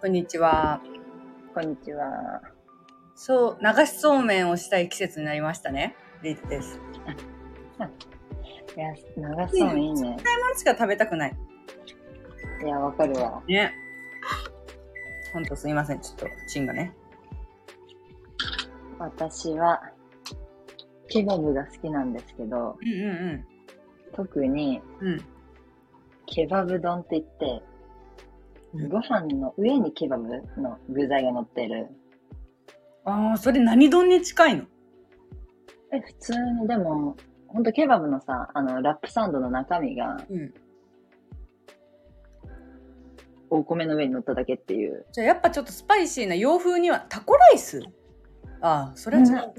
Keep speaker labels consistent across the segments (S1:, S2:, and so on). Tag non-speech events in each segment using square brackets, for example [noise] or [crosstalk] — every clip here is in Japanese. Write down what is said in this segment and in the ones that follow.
S1: こんにちは。
S2: こんにちは。
S1: そう、流しそうめんをしたい季節になりましたね。リーチです。
S2: いや、長そうめんいいね。
S1: これしか食べたくない。
S2: いや、わかるわ。
S1: ね。ほんとすいません。ちょっと、チンがね。
S2: 私は、ケバブが好きなんですけど、
S1: うんう
S2: 特に、
S1: んうん。うん。
S2: ケバブ丼って言って
S1: うん、
S2: ご飯の上にケバブの具材が乗ってる。
S1: ああ、それ何丼に近いの
S2: え、普通に、でも、ほんとケバブのさ、あの、ラップサンドの中身が
S1: うん。
S2: お米の上に乗っただけっていう。
S1: じゃあやっぱちょっとスパイシーな洋風にはタコライスああ、それは違
S2: なん
S1: う
S2: か
S1: か。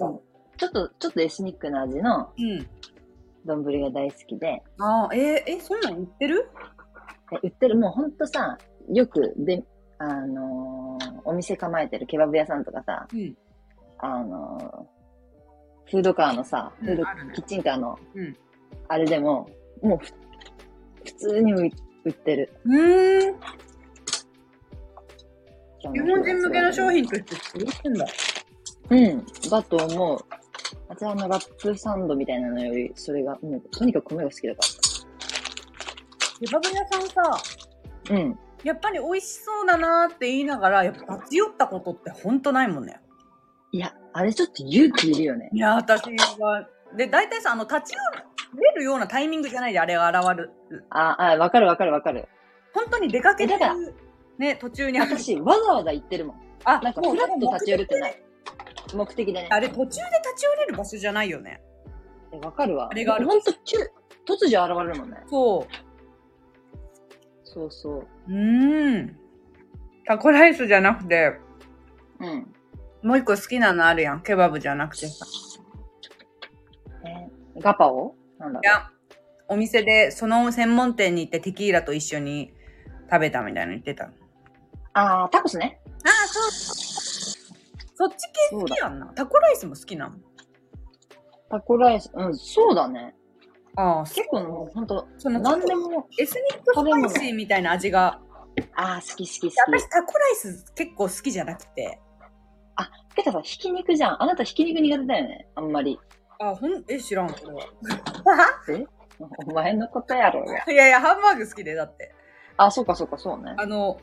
S2: ちょっと、ちょっとエスニックな味の
S1: うん。
S2: 丼が大好きで、
S1: ああ、えー、え、そんなん言ってる
S2: で売ってる、もうほんとさ、よく、で、あのーお店構えてるケバブ屋さんとかさ、
S1: うん。
S2: あのーフードカーのさ、
S1: うん
S2: フード
S1: あるね
S2: キッチンカーの、
S1: うん
S2: あれでも、もうふ、普通に売売ってる。
S1: うーん。
S2: 日
S1: 日本人向けの商品として売ってんだ。
S2: うん、だと思う。あちらのラップサンドみたいなのより、それが、もう、とにかく米が好きだか
S1: ケバブ屋さんさ、
S2: ら。うん。
S1: やっぱり美味しそうだなーって言いながら、やっぱ立ち寄ったことってほんとないもんね。
S2: いや、あれちょっと勇気いるよね。
S1: いや、私は。で、大体さ、あの、立ち寄れるようなタイミングじゃないで、あれが現れる。
S2: あ、あ、わかるわかるわかる。
S1: 本当に出かけて
S2: えだから
S1: る、ね、途中にあ
S2: 私、わざわざ行ってるもん。
S1: あ
S2: なんか、フラッと立ち寄るってない。目的でね。
S1: あれ、途中で立ち寄れる場所じゃないよね。
S2: えわかるわ。
S1: あれがある
S2: ほんと、急突如現れるもんね。
S1: そ
S2: そうそう。
S1: う。うーん。タコライスじゃなくて、
S2: うん。
S1: もう一個好きなのあるやん。ケバブじゃなくてさ。
S2: えーガパオなんだ
S1: いや、お店で、その専門店に行ってテキーラと一緒に食べたみたいなの言ってた。あ
S2: あー、タコスね。
S1: あ、そう。そっち系好きやんな。タコライスも好きなの。
S2: タコライス。うん、そうだね。
S1: ああ、
S2: 結構もう、ほんと、
S1: その
S2: なんでも、
S1: エスニックスパイシーみたいな味が。
S2: あー、好き好き好き
S1: 私。タコライス結構好きじゃなくて。
S2: てかさ、ひき肉じゃん。あなたひき肉苦手だよね。あんまり。 [laughs]
S1: あ、ほん、え、知らん。これは
S2: お前のことやろうが。
S1: いやいや、ハンバーグ好きで、だって。
S2: あ、そうかそうか、そうね。
S1: あの、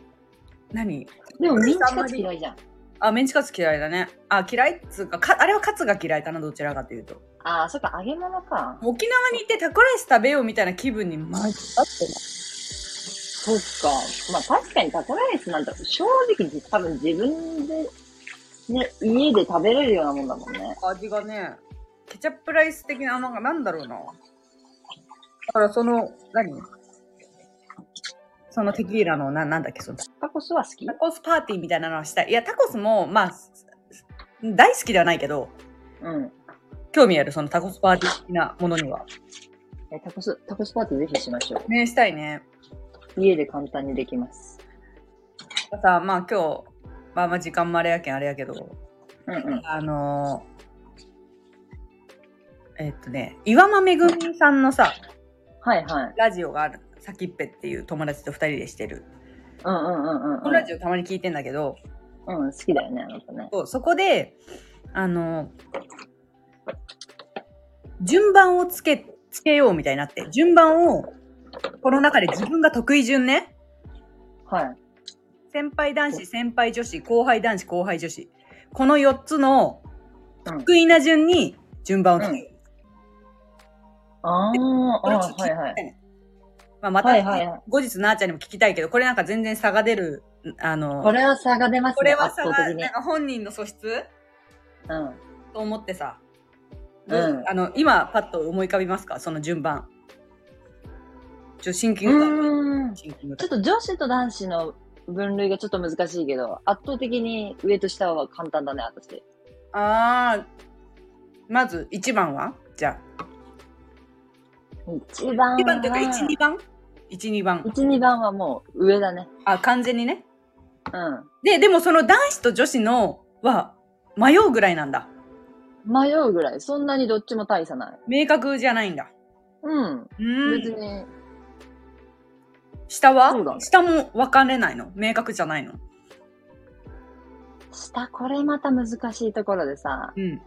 S1: 何
S2: でもミンチ
S1: あんま
S2: カ
S1: り
S2: ツ嫌いじゃん。
S1: あ、メンチカツ嫌いだね。あ、嫌いっつうかか、あれはカツが嫌いかな、どちらかというと。
S2: あー、そっか、揚げ物か。
S1: 沖縄に行ってタコライス食べようみたいな気分にマジだってな
S2: そっか。まあ確かにタコライスなんて正直多分自分で、ね、家で食べれるようなもんだもんね。
S1: 味がね、ケチャップライス的な、なんかなんだろうな。だからその、何そのテキーラの、ななんだっけ、その
S2: タコスは好き
S1: タコスパーティーみたいなのはしたい。いや、タコスも、まあ、大好きではないけど、
S2: うん。
S1: 興味ある、そのタコスパーティー的なものには。
S2: えタコス、タコスパーティーぜひしましょ
S1: ね、したいね。
S2: う。家で簡単にできます。
S1: さ、まあ今日、まあまあ時間もあれやけん、あれやけど、
S2: うんうん。
S1: あのーえっとね、岩間めぐみさんのさ、
S2: はいはい。
S1: ラジオがある、先っぺっていう友達と二人でしてる。
S2: うんうんうん
S1: この
S2: う
S1: ラジオたまに聞いてんだけど、
S2: ん。うん、好きだよね、あなたね。
S1: そうそこで、あのー順番をつけ、つけようみたいになって、順番を、この中で自分が得意順ね、
S2: はい。
S1: 先輩男子、先輩女子、後輩男子、後輩女子。この4つの
S2: うん
S1: 得意な順に順番をつける。
S2: あー、
S1: これ
S2: あ
S1: ちょっと
S2: ーはいはい。
S1: まあ、また、
S2: はいはいはい
S1: 後日なあちゃんにも聞きたいけど、これなんか全然差が出る、あの、
S2: これは差が出ますね、
S1: これは
S2: 圧
S1: 差
S2: 倒
S1: が、
S2: 的に
S1: なん。か本人の素質
S2: うん。
S1: と思ってさ、
S2: うん
S1: あの、今パッと思い浮かびますかその順番。ちょ、シンキングタイム。
S2: うーん。
S1: シンキング
S2: ち
S1: タ
S2: ょ
S1: イ
S2: っと女子と男子の分類がちょっと難しいけど、圧倒的に上と下は簡単だね、私。
S1: ムあー、まず1番はじゃ
S2: 一番
S1: あ。
S2: は。
S1: 1番というか1、2番 ?1、2番。
S2: 一二番はもう上だね。
S1: あ、完全にね。
S2: う
S1: で、でもその男子と女子のは迷うぐらいなんだ。
S2: ん。迷うぐらい。そんなにどっちも大差ない。
S1: 明確じゃないんだ。
S2: うん。
S1: う
S2: 別
S1: ん。
S2: に、
S1: 下は、
S2: そうだね
S1: 下も分かれないの明確じゃないの
S2: 下、これまた難しいところでさ、
S1: うん。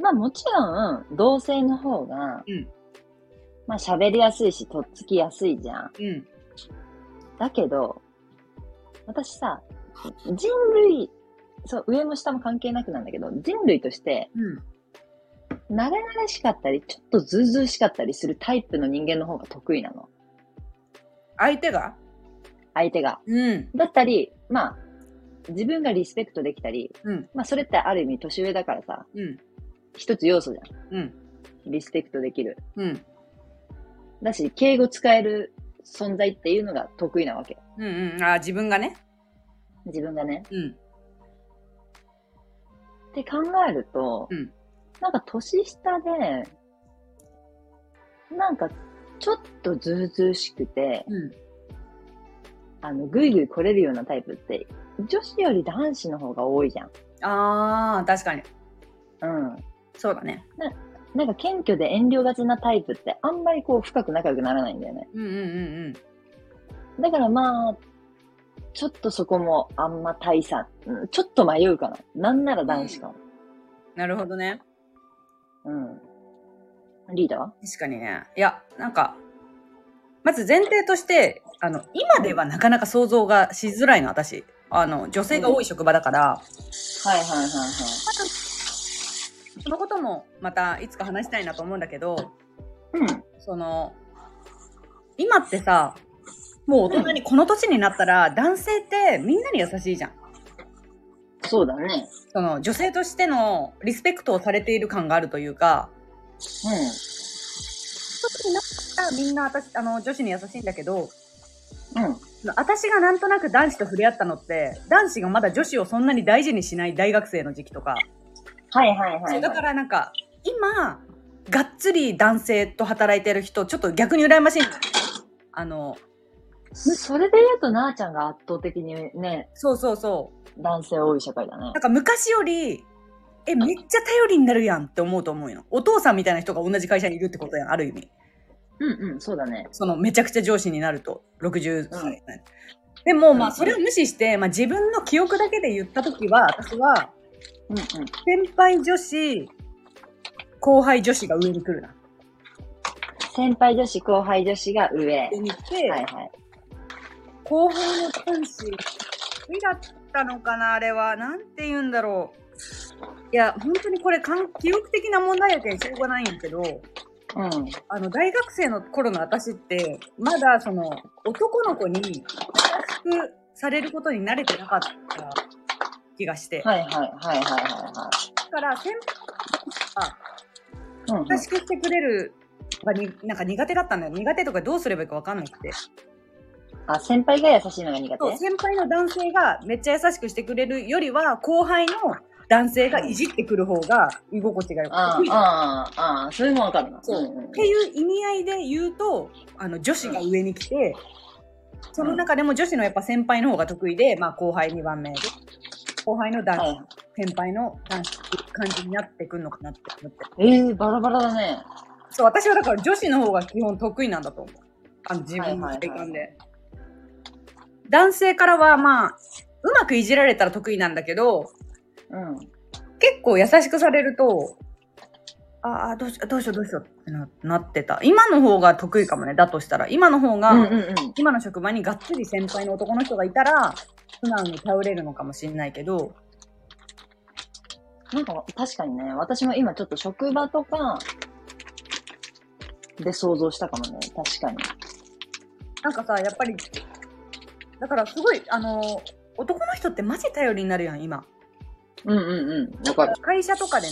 S2: まあもちろん、同性の方が、
S1: うん
S2: まあ喋りやすいし、とっつきやすいじゃん。
S1: うん。
S2: だけど、私さ、人類、そう、上も下も関係なくなんだけど、人類として、
S1: うん。
S2: 慣れ慣れしかったり、ちょっとずうずうしかったりするタイプの人間の方が得意なの。
S1: 相手が
S2: 相手が。
S1: うん。
S2: だったり、まあ、自分がリスペクトできたり、
S1: うん。
S2: まあ、それってある意味年上だからさ、
S1: うん。
S2: 一つ要素じゃ
S1: うん。
S2: ん。リスペクトできる。
S1: うん。
S2: だし、敬語使える存在っていうのが得意なわけ。
S1: うん。うん。あー自分がね。
S2: 自分がね。
S1: うん。
S2: って考えると、
S1: うん
S2: なんか年下で、なんかちょっとずうずうしくて、
S1: うん。
S2: あの、ぐいぐい来れるようなタイプって、女子より男子の方が多いじゃん。
S1: ああ、確かに。
S2: うん。
S1: そうだね。
S2: なんか謙虚で遠慮がちなタイプって、あんまりこう深く仲良くならないんだよね。
S1: うんうんうん
S2: だからまあ、ちょっとそこもあんま大差、うんちょっと迷うかな。なんなら男子かも。
S1: うん。なるほどね。
S2: うん。リーダーは
S1: 確かにね。いや、なんか、まず前提として、あの、今ではなかなか想像がしづらいの、私。あの、女性が多い職場だから、
S2: はいはいはいはい。
S1: そのこともまたいつか話したいなと思うんだけど、
S2: うん。
S1: その、今ってさ、もう大人に、この年になったら、男性ってみんなに優しいじゃん。
S2: そうだね。
S1: その、女性としてのリスペクトをされている感があるというか、あみんな私、あの、女子に優しいんだけど、
S2: うん。うん。
S1: 私がなんとなく男子と触れ合ったのって、男子がまだ女子をそんなに大事にしない大学生の時期とか。
S2: はいはいはい、、
S1: そうだかららなんか、今、がっつり男性と働いてる人、ちょっと逆に羨ましいんだよね。あの、
S2: それで言うと、なあちゃんが圧倒的にね、
S1: そうそうそう。
S2: 男性多い社会だね
S1: なん。か昔より、え、めっちゃ頼りになるやんって思うと思うよ。お父さんみたいな人が同じ会社にいるってことやん、ある意味。
S2: うんうん、そうだね。
S1: そのめちゃくちゃ上司になると60歳、
S2: う
S1: でもま
S2: う
S1: あ
S2: ん
S1: それを無視して、まあ、自分の記憶だけで言った時は私は
S2: うんうん。
S1: 先輩女子後輩女子が上に来るな
S2: 先輩女子、後輩女子が上。は
S1: で
S2: い
S1: 見て、
S2: はい。
S1: 後輩の男子上だったのかなあれはなんて言うんだろういや本当にこれかん記憶的な問題やけんしょうがないんやけど
S2: うん。
S1: あの大学生の頃の私ってまだその男の子に優しくされることに慣れてなかった気がして、
S2: はいはいはいはいは
S1: だから先輩が
S2: いはい。うん、うん。
S1: 優しくしてくれるのがになんか苦手だったんだよ苦手とかどうすればいいか分かんなくて
S2: あ、先輩が優しいのが苦手
S1: そう先輩の男性がめっちゃ優しくしてくれるよりは後輩の男性がいじってくる方が居心地が良
S2: あ
S1: く
S2: ー
S1: て。
S2: あー、ああ、それもわかるな。
S1: そう
S2: うんうん
S1: っていう意味合いで言うとあの女子が上に来て、その中でも女子のやっぱ先輩の方が得意で、まあ、後輩2番目で後輩の男子、
S2: は
S1: 先輩の男子っていう感じになってくるのかなって思って
S2: い。ええー、バラバラだね。
S1: そう私はだから女子の方が基本得意なんだと思うあの自分の
S2: はいはいはい
S1: 体感で、男性からはまあうまくいじられたら得意なんだけど
S2: うん。
S1: 結構優しくされるとああどうしようどうしようどうしようってななってた今の方が得意かもねだとしたら今の方が、
S2: うんうんうん。
S1: 今の職場にがっつり先輩の男の人がいたら素直に頼れるのかもしれないけど
S2: なんか確かにね、私も今ちょっと職場とかで想像したかもね、確かに。
S1: なんかさやっぱりだからすごいあの男の人ってマジ頼りになるやん今
S2: うんうんうん、わかる。
S1: 会社とかで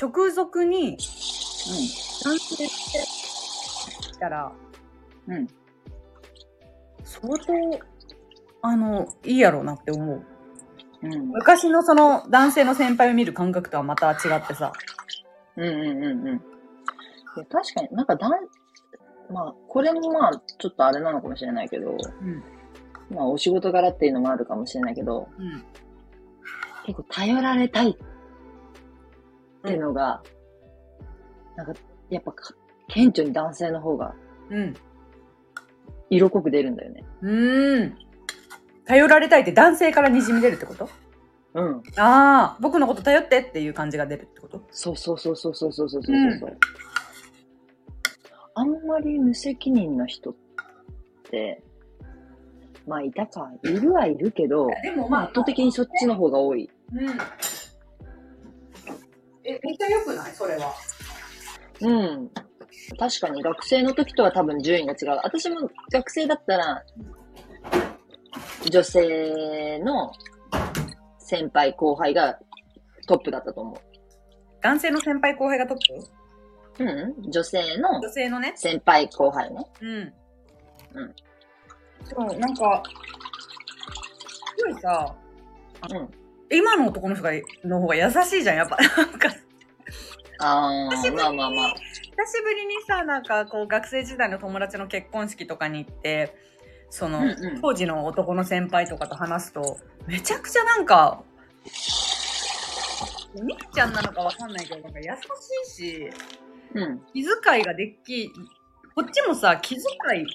S1: 直属に男性って来たら
S2: うん。うん。
S1: 相当あのいいやろうなって思う
S2: うん。
S1: 昔のその男性の先輩を見る感覚とはまた違ってさ
S2: うんうんうんうん。いや確かになんかだん、まあ、これもまあ、ちょっとあれなのかもしれないけど、
S1: うん
S2: まあ、お仕事柄っていうのもあるかもしれないけど、
S1: うん
S2: 結構頼られたいっていうのが、なんか、やっぱか、顕著に男性の方が
S1: うん
S2: 色濃く出るんだよね。
S1: うーん頼られたいって男性からにじみ出るってこと
S2: うん。
S1: ああ、僕のこと頼ってっていう感じが出るってこと
S2: そうそうそうそうそうそうそうそうそう、あんまり無責任な人って、まあいたか、いるはいるけど、
S1: でも
S2: まあ、圧倒的にそっちの方が多い。
S1: うん。え、めっちゃ良くないそれは。
S2: うん。確かに学生の時とは多分順位が違う。私も学生だったら、女性の先輩後輩がトップだったと思
S1: 男性の先輩後輩がトップ
S2: う。うん女性の
S1: 女性のね。
S2: 先輩後輩ね。
S1: うん。
S2: うん。
S1: そう、なんか、すごいさ、
S2: うん。
S1: 今の男の人がの方が優しいじゃん、やっぱ。なんか、久し
S2: あ
S1: 久しぶりに
S2: ー、まあまあまあ。
S1: ぶりにさ、なんかこう、学生時代の友達の結婚式とかに行って、その、
S2: うんうん
S1: 当時の男の先輩とかと話すと、めちゃくちゃなんか、お兄ちゃんなのかわかんないけど、なんか優しいし、
S2: うん。
S1: 気遣いができこっちもさ気遣い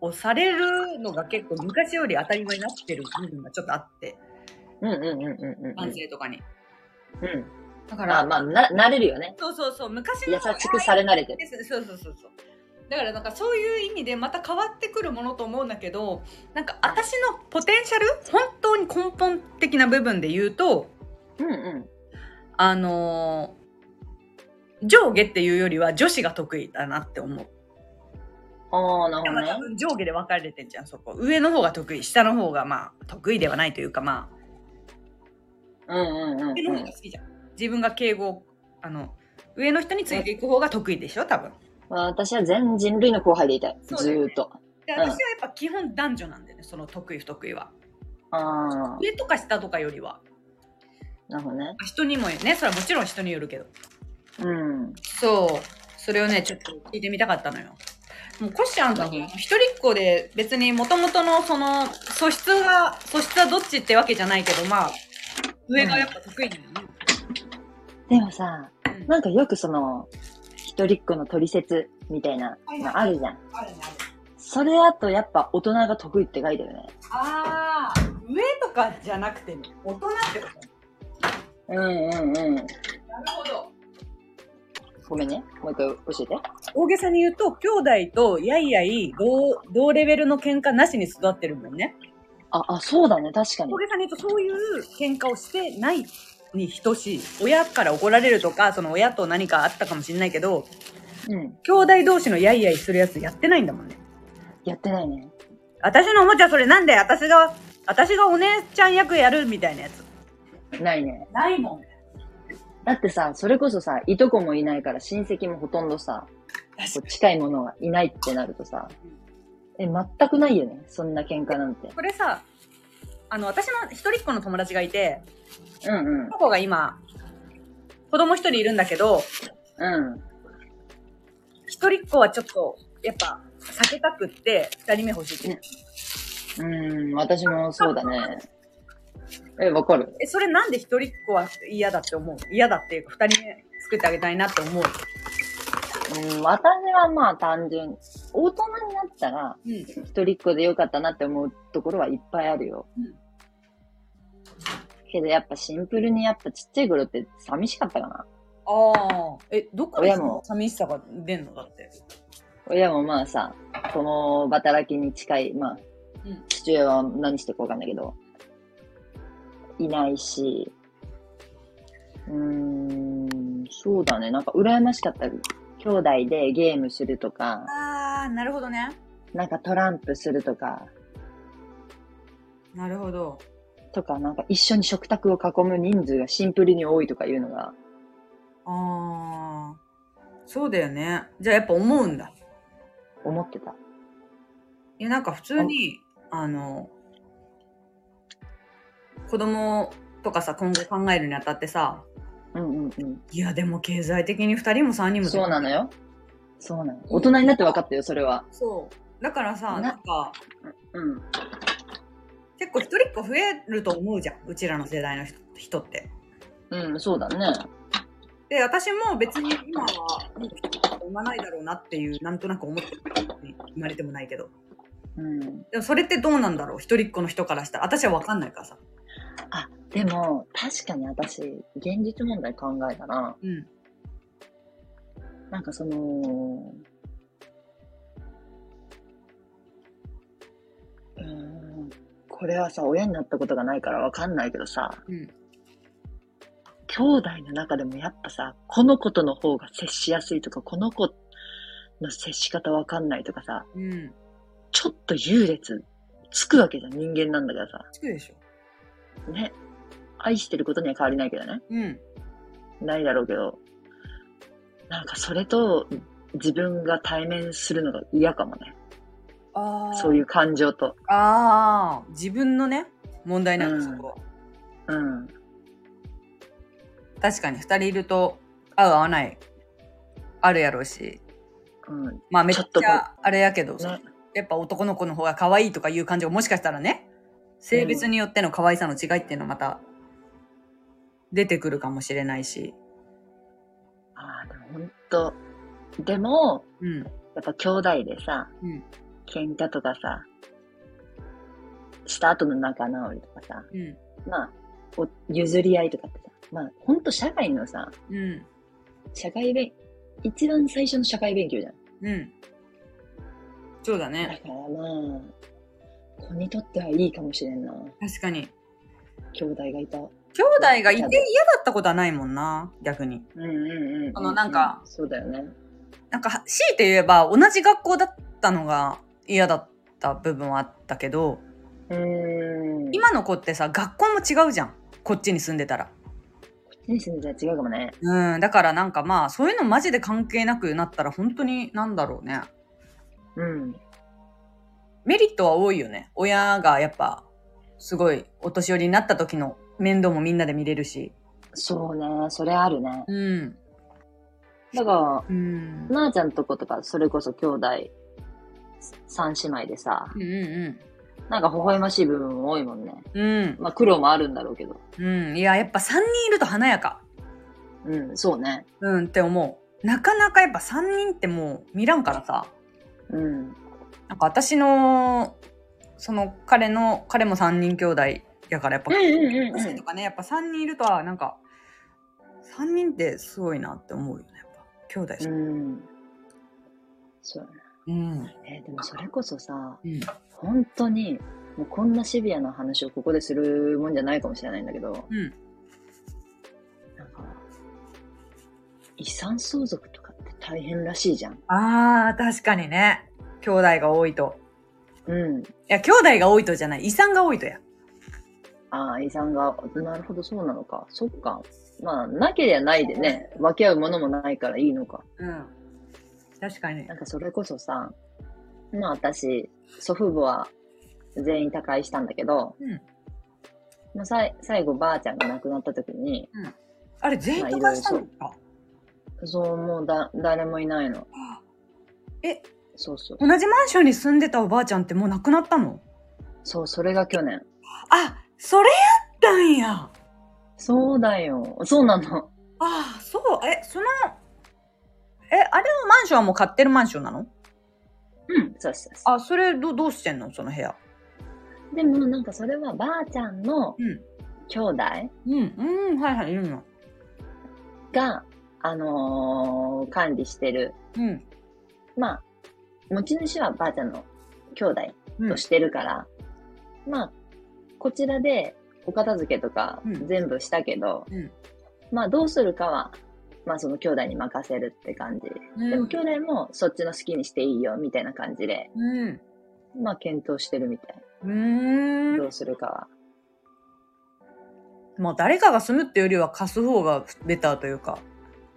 S1: をされるのが結構昔より当たり前になってる部分がちょっとあって
S2: うんうんうんうんうん。
S1: 男性とかに、
S2: うん。
S1: だから、
S2: まあまあ、な、慣れるよね。
S1: そうそうそう昔の
S2: 優しくされ慣れてる。
S1: です [laughs] そうそうそうそうだからなんかそういう意味でまた変わってくるものと思うんだけどなんか私のポテンシャル本当に根本的な部分で言うと
S2: うんう
S1: あのー上下っていうよりは女子が得意だなって思う。
S2: ん。ああ、なる
S1: まあ多
S2: ほどね。
S1: 分上下で分かれてんじゃんそこ上の方が得意下の方がまあ得意ではないというかまあ
S2: うんうん
S1: 上
S2: うん
S1: の
S2: う
S1: 方
S2: ん
S1: が。好きじゃん自分が敬語をあの上の人についていく方が得意でしょ多分
S2: 私は全人類の後輩でいたい。
S1: そうだ
S2: ず
S1: よね
S2: ーっと。
S1: で私はやっぱ基本男女なんだよねその得意不得意は
S2: ああ、
S1: 上とか下とかよりは
S2: なるほどね。
S1: 人にもよねそれはもちろん人によるけど
S2: うん。
S1: そうそれをねちょっと聞いてみたかったのよもうコッシーあんたも一人っ子で別にもともとのその素質が素質はどっちってわけじゃないけどまあ上がやっぱ得意なのよね、
S2: でもさ、
S1: うん
S2: なんかよくその、一人っ子の取説みたいなのあるじゃん。
S1: あるねある
S2: それだとやっぱ大人が得意って書いてるね。
S1: ああ上とかじゃなくてね大人ってこ
S2: うんうんう
S1: と
S2: ん。
S1: なるほど
S2: ごめんね。もう一回教えて。
S1: 大げさに言うと兄弟とやいやい同同レベルの喧嘩なしに育ってるもんね
S2: あ、あ、そうだね。確かに
S1: 大。げさに言うとそういう喧嘩をしてないに等しい親から怒られるとかその親と何かあったかもしれないけど
S2: うん。
S1: 兄弟同士のやいやいするやつやってないんだもんね
S2: やってないね。
S1: 私のおもちゃそれなんで私が私がお姉ちゃん役やるみたいなやつ
S2: ないね。
S1: ないもん
S2: だってさ、それこそさ、いとこもいないから親戚もほとんどさ、こう近いものがいないってなるとさ、え、全くないよね。そんな喧嘩なんて。
S1: これさあの私の一人っ子の友達がいて
S2: うんうん
S1: こ。の子が今、子供一人いるんだけど、
S2: うん。
S1: 一人っ子はちょっと、やっぱ、避けたくって、二人目欲しいって言って。
S2: うーん、私もそうだね。え、わかる。
S1: え、それなんで一人っ子は嫌だって思う嫌だっていうか、二人目作ってあげたいなって思う。
S2: うん、私はまあ単純、大人になったら、
S1: うん。
S2: 一人っ子でよかったなって思うところはいっぱいあるよ。
S1: うん
S2: けどやっぱシンプルにやっぱちっちゃい頃って寂しかったかな。
S1: ああ。え、どこで
S2: 親も
S1: 寂しさが出んのだって。
S2: 親もまあさ、共働きに近い、まあ、
S1: うん
S2: 父親は何してるかわかんないけど、いないし、うーん、そうだね。なんか羨ましかった。兄弟でゲームするとか、
S1: ああ、なるほどね。
S2: なんかトランプするとか、
S1: なるほど。
S2: とか、なんか一緒に食卓を囲む人数がシンプルに多いとかいうのが、
S1: ああ。そうだよね。じゃあやっぱ思うんだ。
S2: 思ってた。
S1: いや、なんか普通に、あの、子供とかさ、今後考えるにあたってさ、
S2: うんうんう
S1: いや、でも経済的に2人も3人
S2: ん。
S1: も。
S2: そうなのよ。そうなの。大人になって分かったよ、それは。
S1: そう。だからさ、
S2: な
S1: なんか、
S2: うん。
S1: 結構一人っ子増えると思うじゃん。うちらの世代の人人って。
S2: うん、そうだね。
S1: で、私も別に今は、なんか一人っ子産まないだろうなっていう、なんとなく思ってる。生まれてもないけど。
S2: うん。
S1: でもそれってどうなんだろう一人っ子の人からしたら。私はわかんないからさ。
S2: あ、でも、確かに私、現実問題考えたら、
S1: うん。
S2: なんかその、うーん、これはさ、親になったことがないからわかんないけどさ、
S1: うん。
S2: 兄弟の中でもやっぱさ、この子との方が接しやすいとか、この子の接し方わかんないとかさ、
S1: うん。
S2: ちょっと優劣つくわけじゃん、人間なんだからさ。
S1: つくでしょ。
S2: ね。愛してることには変わりないけどね。
S1: うん。
S2: ないだろうけど。なんかそれと自分が対面するのが嫌かもね。
S1: ああ。
S2: そういう感情と。
S1: ああ。自分のね、問題なんです
S2: うん
S1: こは
S2: うん。
S1: 確かに二人いると合う合わない。あるやろうし。
S2: うん。
S1: まあめっち
S2: ちょっとこう
S1: ゃあれやけどさ、
S2: ね。
S1: やっぱ男の子の方が可愛いとかいう感情もしかしたらね、性別によっての可愛さの違いっていうのまた出てくるかもしれないし。
S2: ああ、でもほんと。でも、
S1: うん。
S2: やっぱ兄弟でさ、
S1: うん。
S2: 喧嘩とかさ、した後の仲直りとかさ、
S1: うん。
S2: まあ、お譲り合いとかってさ、まあ、ほんと社会のさ、
S1: うん。
S2: 社会勉、一番最初の社会勉強じゃん。
S1: うん。そうだ
S2: だ
S1: ね。
S2: からまあ、子にとってはいいかもしれんな。
S1: 確かに。
S2: 兄弟がいた。うん
S1: 兄弟がいて嫌だったことはないもんな、逆に。
S2: うんうん。
S1: このなんか
S2: そうだよね。
S1: なんか、強いて言えば同じ学校だったのが嫌だった部分はあったけど、
S2: うーん。
S1: 今の子ってさ、学校も違うじゃん。こっちに住んでたら。
S2: 人生じゃ違うかもね。
S1: うん、だからなんかまあ、そういうのマジで関係なくなったら本当になんだろうね。
S2: うん。
S1: メリットは多いよね。親がやっぱ、すごいお年寄りになった時の面倒もみんなで見れるし。
S2: そうね。それあるね。
S1: うん。
S2: だか
S1: うん。
S2: ら、なあちゃんとことか、それこそ兄弟、三姉妹でさ、
S1: うんう
S2: なんか微笑ましい部分も多いもんね。
S1: んうん。
S2: まあ苦労もあるんだろうけど。
S1: うん。うん。いや、やっぱ3人いると華やか。
S2: うん、そうね。
S1: うんって思う。なかなかやっぱ3人ってもう見らんからさ。
S2: うん。
S1: なんか私の、その彼の、彼も3人兄弟やからやっぱ、
S2: うん
S1: 女子とかね、やっぱ3人いるとは、なんか、3人ってすごいなって思うよね。やっぱ兄弟さ。
S2: うんん。うん。そう
S1: うん。
S2: やね。えーでもそれこそさ、
S1: うん。
S2: 本当に、もうこんなシビアな話をここでするもんじゃないかもしれないんだけど、
S1: うん。
S2: なんか、遺産相続とかって大変らしいじゃん。
S1: ああ、確かにね。兄弟が多いと。
S2: うん。
S1: いや、兄弟が多いとじゃない。遺産が多いとや。
S2: ああ、遺産が、なるほど、そうなのか。そっか。まあ、なけりゃないでね、分け合うものもないからいいのか。
S1: うん。確かに
S2: な。んかそれこそさ、まあ私、祖父母は全員他界したんだけど、
S1: うん
S2: まあ、さい最後ばあちゃんが亡くなった時に、
S1: あれ、全員とかしたのか。
S2: そう、もうだ、誰もいないの。
S1: え、
S2: そうそう。
S1: 同じマンションに住んでたおばあちゃんってもう亡くなったの
S2: そう、それが去年。
S1: あ、それやったんや。あ
S2: そうだよ。そうなの。
S1: あ、そう。え、その、え、あれのマンションはもう買ってるマンションなの
S2: うん。そうそうそ
S1: あ、それど、どうしてんのその部屋。
S2: う。でもなんかそれはばあちゃんの
S1: うん。
S2: 兄弟
S1: うん、うん、はいはい、いるの。
S2: が、あのー管理してる。
S1: うん。
S2: まあ、持ち主はばあちゃんの兄弟
S1: うん
S2: としてるから、まあ、こちらでお片付けとか
S1: うん
S2: 全部したけど、
S1: うん
S2: まあどうするかは、まあその兄弟に任せるって感じ。
S1: うん
S2: でも兄弟もそっちの好きにしていいよみたいな感じで、
S1: うん。
S2: まあ検討してるみたい。
S1: うー
S2: ど
S1: ん。
S2: うするかは。
S1: まあ、誰かが住むってよりは貸す方がベターというか、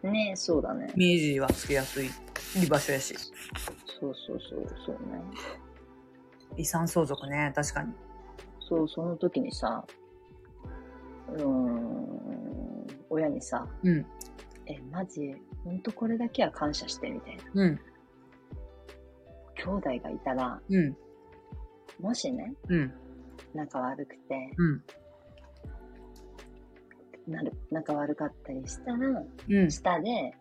S2: ねそうだね
S1: イ。メージはつきやすい場所やし。
S2: そうそうそう、そうね。
S1: 遺産相続ね、確かに。
S2: そう、その時にさ、うーん、親にさ、
S1: うん。
S2: え、マジ、ほんとこれだけは感謝してみたいな。
S1: うん。
S2: 兄弟がいたら、
S1: うん。
S2: もしね、
S1: うん。
S2: 仲悪くて、
S1: うん。
S2: なる、仲悪かったりしたら、
S1: うん。
S2: 下で、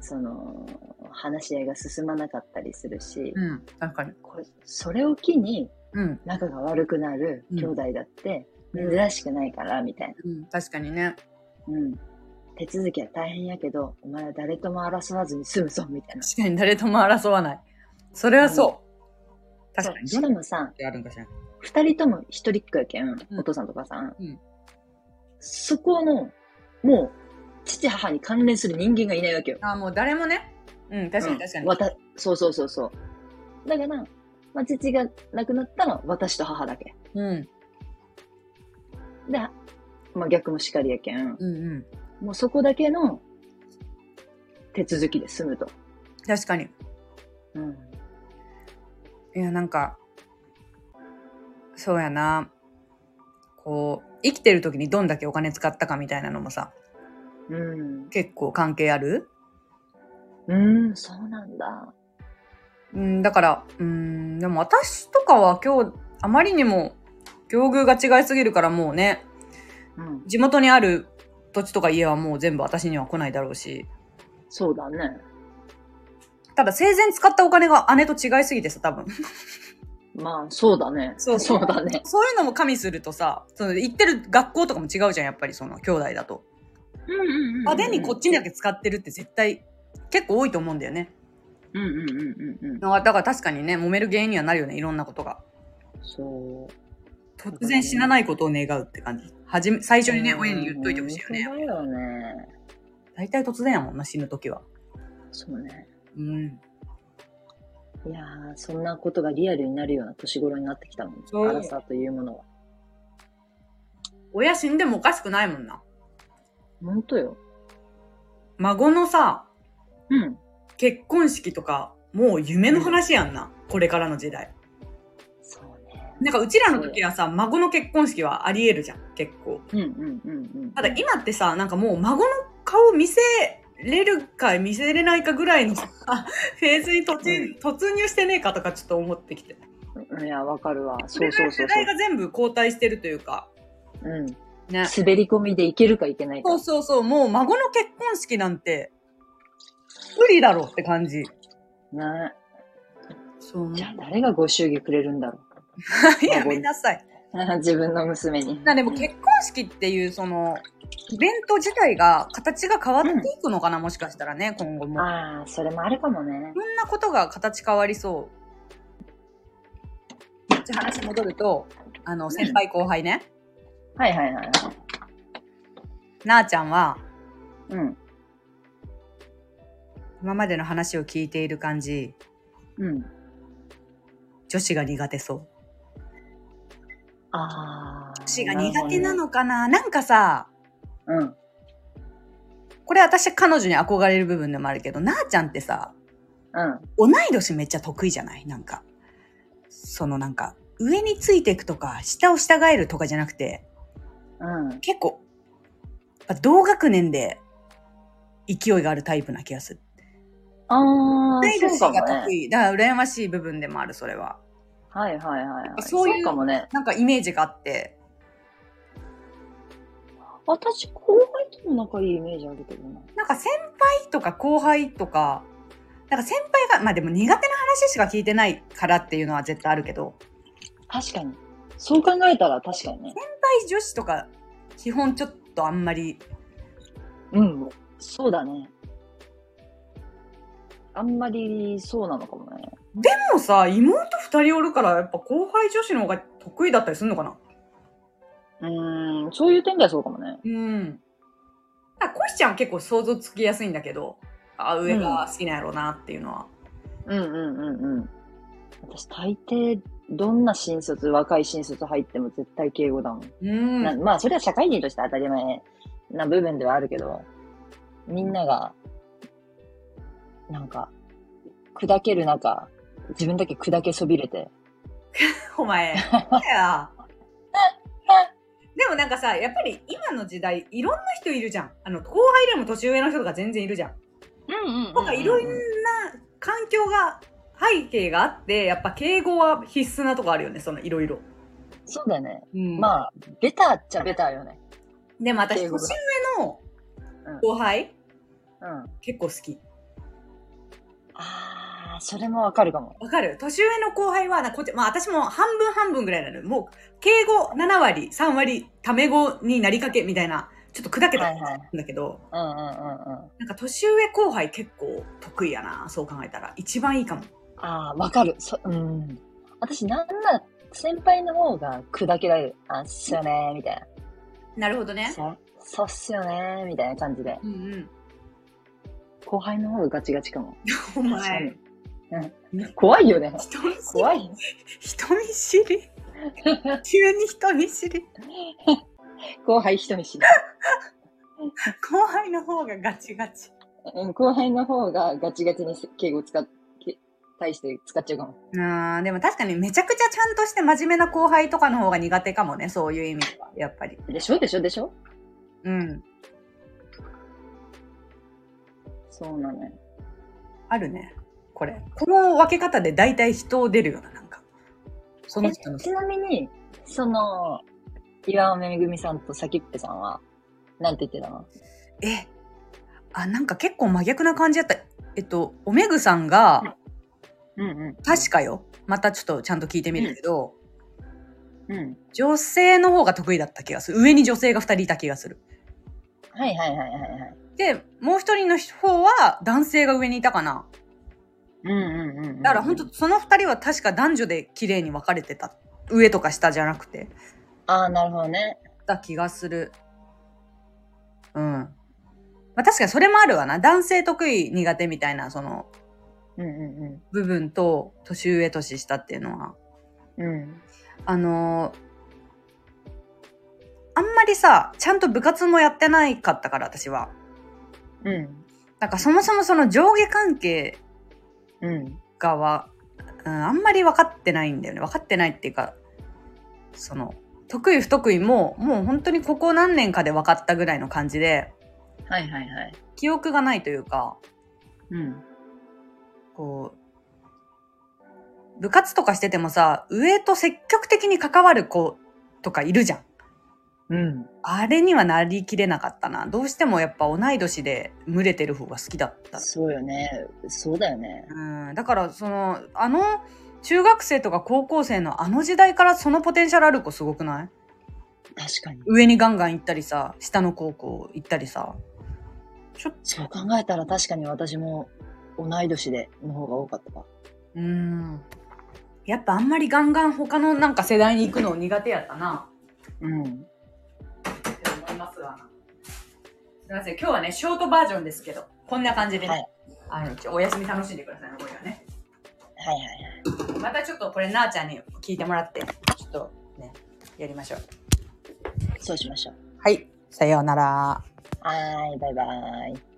S2: その、話し合いが進まなかったりするし、
S1: うん。確かに。
S2: こそれを機に
S1: うん。
S2: 仲が悪くなる兄弟だって
S1: うん
S2: 珍しくないから、みたいな。
S1: うん。確かにね。
S2: うん。手続きは大変やけど、お前は誰とも争わずに済むぞ、みたいな。
S1: 確かに誰とも争わない。それはそう。確かに。
S2: そうしかもさ、
S1: あるんかしら。
S2: 二人とも一人っ子やけん、
S1: ん
S2: お父さんとお母さん。
S1: うん
S2: そこの、もう、父母に関連する人間がいないわけよ。
S1: あーもう誰もね。うん、確か
S2: うん
S1: に確かに。
S2: わたそうそうそうそう。だから、まあ、父が亡くなったら私と母だけ。
S1: うん、
S2: で、まあ、逆もしかりやけん、
S1: うん、うん。
S2: もうそこだけの手続きで済むと。
S1: 確かに。
S2: うん。
S1: いや、なんか、そうやな。こう、生きてる時にどんだけお金使ったかみたいなのもさ、
S2: うん。
S1: 結構関係ある
S2: うん、そうなんだ。
S1: うん、だから、うん、でも私とかは今日、あまりにも境遇が違いすぎるからもうね、
S2: うん。
S1: 地元にある土地とか家はもう全部私には来ないだろうし、
S2: そうだね。
S1: ただ生前使ったお金が姉と違いすぎてさ、多分。 [laughs]
S2: まあ、そうだね。
S1: そう
S2: そうだね。
S1: そういうのも加味するとさ、その行ってる学校とかも違うじゃん、やっぱりその兄弟だと。
S2: うんうんうんうん。
S1: 派手にこっちにだけ使ってるって絶対結構多いと思うんだよね。
S2: うんうんうんうんうん。
S1: だから確かにね、揉める原因にはなるよね、いろんなことが。
S2: そう。
S1: 突然死なないことを願うって感じ。はじめ、最初にね、
S2: うん
S1: 親に言っといてほしいよね。
S2: 本当だよね。
S1: 大体突然やもんな、死ぬ時は。
S2: そうね。
S1: うん。
S2: いやー、そんなことがリアルになるような年頃になってきたもん。
S1: そう
S2: アラサーというものは。
S1: 親死んでもおかしくないもんな。
S2: 本当よ。
S1: 孫のさ、
S2: うん。
S1: 結婚式とか、もう夢の話やんな。これからの時代。
S2: そうね。
S1: なんかうちらの時はさ、孫の結婚式はあり得るじゃん、結構。
S2: うんうんうんうん。
S1: ただ今ってさ、なんかもう孫の顔見せれるか見せれないかぐらいのさ [laughs] フェーズに突入,、突入してねえかとかちょっと思ってきて。
S2: いや、わかるわ。
S1: そ
S2: そ
S1: れ
S2: う
S1: ぐら
S2: そう
S1: い世
S2: そうそ
S1: 代が全部交代してるというか。
S2: う。うん。
S1: ね。
S2: 滑り込みでいけるかいけないか。
S1: そうそうそう、もう孫の結婚式なんて無理だろうって感じ。
S2: ね。
S1: そう
S2: じゃあ誰がご祝儀くれるんだろ
S1: [laughs] やめなさい。
S2: う。 [laughs] 自分の娘に。
S1: なでも結婚式っていうその、イベント自体が形が変わっていくのかな、もしかしたらね、今後も。
S2: ああ、それもあるかもね
S1: い。ろんなことが形変わりそう。めっちゃ話戻ると、あの、先輩後輩ね、
S2: はいはいはいはい。
S1: なあちゃんは、
S2: うん。
S1: 今までの話を聞いている感じ、
S2: うん。
S1: 女子が苦手そう。
S2: ああ。
S1: 女子が苦手なのかななんかさ、
S2: なるほどね。
S1: これ私彼女に憧れる部分でもあるけど、なあちゃんってさ、
S2: う
S1: 同
S2: ん。
S1: い年めっちゃ得意じゃないなんか。そのなんか、上についていくとか、下を従えるとかじゃなくて、
S2: うん。うん。
S1: 結構、やっぱ同学年で勢いがあるタイプな気がする。
S2: ああ
S1: ない、
S2: そう
S1: が
S2: かも
S1: 得
S2: ね。
S1: 意。だから羨ましい部分でもある、それは。
S2: はいはいはいはい。
S1: そういう
S2: かもね。
S1: なんかイメージがあって。
S2: 私、後輩とも仲いいイメージあるけどな。
S1: なんか先輩とか後輩とか、なんか先輩が、まあでも苦手な話しか聞いてないからっていうのは絶対あるけど、
S2: 確かに。そう考えたら確かにね。
S1: 先輩女子とか、基本ちょっとあんまり、
S2: うん。そうだね。あんまりそうなのかもね。
S1: でもさ、妹二人おるから、やっぱ後輩女子の方が得意だったりするのかな
S2: うーん、そういう点ではそうかもね。
S1: うん。だからコシちゃんは結構想像つきやすいんだけど、あ、上が好きなんやろうなっていうのは。
S2: うんうんうんうん。私、大抵、どんな新卒、若い新卒入っても絶対敬語だもん。
S1: うん。
S2: なまあ、それは社会人として当たり前な部分ではあるけど、みんなが、なんか、砕ける中、自分だけ砕けそびれて。
S1: お
S2: [laughs]
S1: 前。いや。でもなんかさ、やっぱり今の時代、いろんな人いるじゃん。あの、後輩でも年上の人とか全然いるじゃん。
S2: うんうん、うん
S1: なんかいろんな環境が、背景があって、やっぱ敬語は必須なとこあるよね、そのいろいろ。
S2: そうだよね。
S1: うん
S2: まあ、ベタっちゃベタよね。
S1: でも私、年
S2: 敬語が
S1: 上の
S2: うん
S1: 後輩、
S2: うん。
S1: 結構好き。
S2: ああ、それもわかるかも。
S1: わかる年上の後輩はなこっち、まあ、私も半分半分ぐらいになる。もう、敬語7割、3割、タメ語になりかけみたいな、ちょっと砕けた
S2: はい
S1: ん
S2: はい。
S1: だけど、
S2: うんうんうんうん。
S1: なんか年上後輩結構得意やな、そう考えたら。一番いいかも。
S2: ああ、わかる。そうん。私、なんなら、先輩の方が砕けられる。あ、っすよねー、みたい
S1: なるほど
S2: な。
S1: ね。
S2: そそうっすよねー、みたいな感じで。
S1: うんうん。
S2: 後輩の方がガチガチかも。
S1: お前、
S2: 確かに。うん。怖いよね。
S1: 人見知り
S2: 怖い。
S1: 人見知 [laughs] り急に人見知り
S2: 後輩人見知り。
S1: 後輩の方がガチガチ。
S2: うん、後輩の方がガチガチに敬語使っ、け対して使っちゃうかも。
S1: あーでも確かにめちゃくちゃちゃんとして真面目な後輩とかの方が苦手かもね、そういう意味では、やっぱり。
S2: でしょでしょでしょ
S1: うん。
S2: そうなのよ。
S1: あるね。これ。この分け方で大体人を出るような、なんか。その人の
S2: え。ちなみに、その、岩尾めぐみさんとさきっぺさんは、なんて言ってたの
S1: え、あ、なんか結構真逆な感じやった。えっと、おめぐさんが、
S2: うんうん。
S1: 確かよ。またちょっとちゃんと聞いてみるけど、
S2: うん。
S1: 女性の方が得意だった気がする。上に女性が2人いた気がする。
S2: はいはいはいはいはい。
S1: で、もう一人の方は男性が上にいたかな。
S2: うんうんうん、うん。
S1: だから本当その2人は確か男女で綺麗に分かれてた。上とか下じゃなくて。
S2: ああ、なるほどね。
S1: だ気がする。うん。まあ確かにそれもあるわな。男性得意苦手みたいな、その
S2: うんう
S1: 部分と年上年下っていうのは。
S2: んうん。うん。
S1: あのーあんまりさ、ちゃんと部活もやってないかったから、私は。
S2: うん。
S1: なんかそもそもその上下関係
S2: うん。
S1: がは、うん、あんまり分かってないんだよね。分かってないっていうか、その、得意不得意も、もう本当にここ何年かで分かったぐらいの感じで、
S2: はいはいはい。
S1: 記憶がないというか、
S2: うん。
S1: こう、部活とかしててもさ、上と積極的に関わる子とかいるじゃん。
S2: うん。
S1: あれにはなりきれなかったな。どうしてもやっぱ同い年で群れてる方が好きだった。
S2: そうよね。そうだよね。
S1: うん、だからその、あの、中学生とか高校生のあの時代からそのポテンシャルある子すごくない
S2: 確かに。
S1: 上にガンガン行ったりさ、下の高校行ったりさ。ちょっと、
S2: そう考えたら確かに私も同い年での方が多かったわ。
S1: うん。やっぱあんまりガンガン他のなんか世代に行くの苦手やったな。
S2: うん。
S1: って思いますが。すみません、今日はね、ショートバージョンですけど、こんな感じでね、
S2: はい
S1: あのちょお休み楽しんでくださいね、これはね。
S2: はいはいはい。
S1: またちょっとこれ、なあちゃんに聞いてもらって、ちょっとね、やりましょう。
S2: そうしましょう。
S1: はい、さようなら。
S2: はーい、バイバーイ。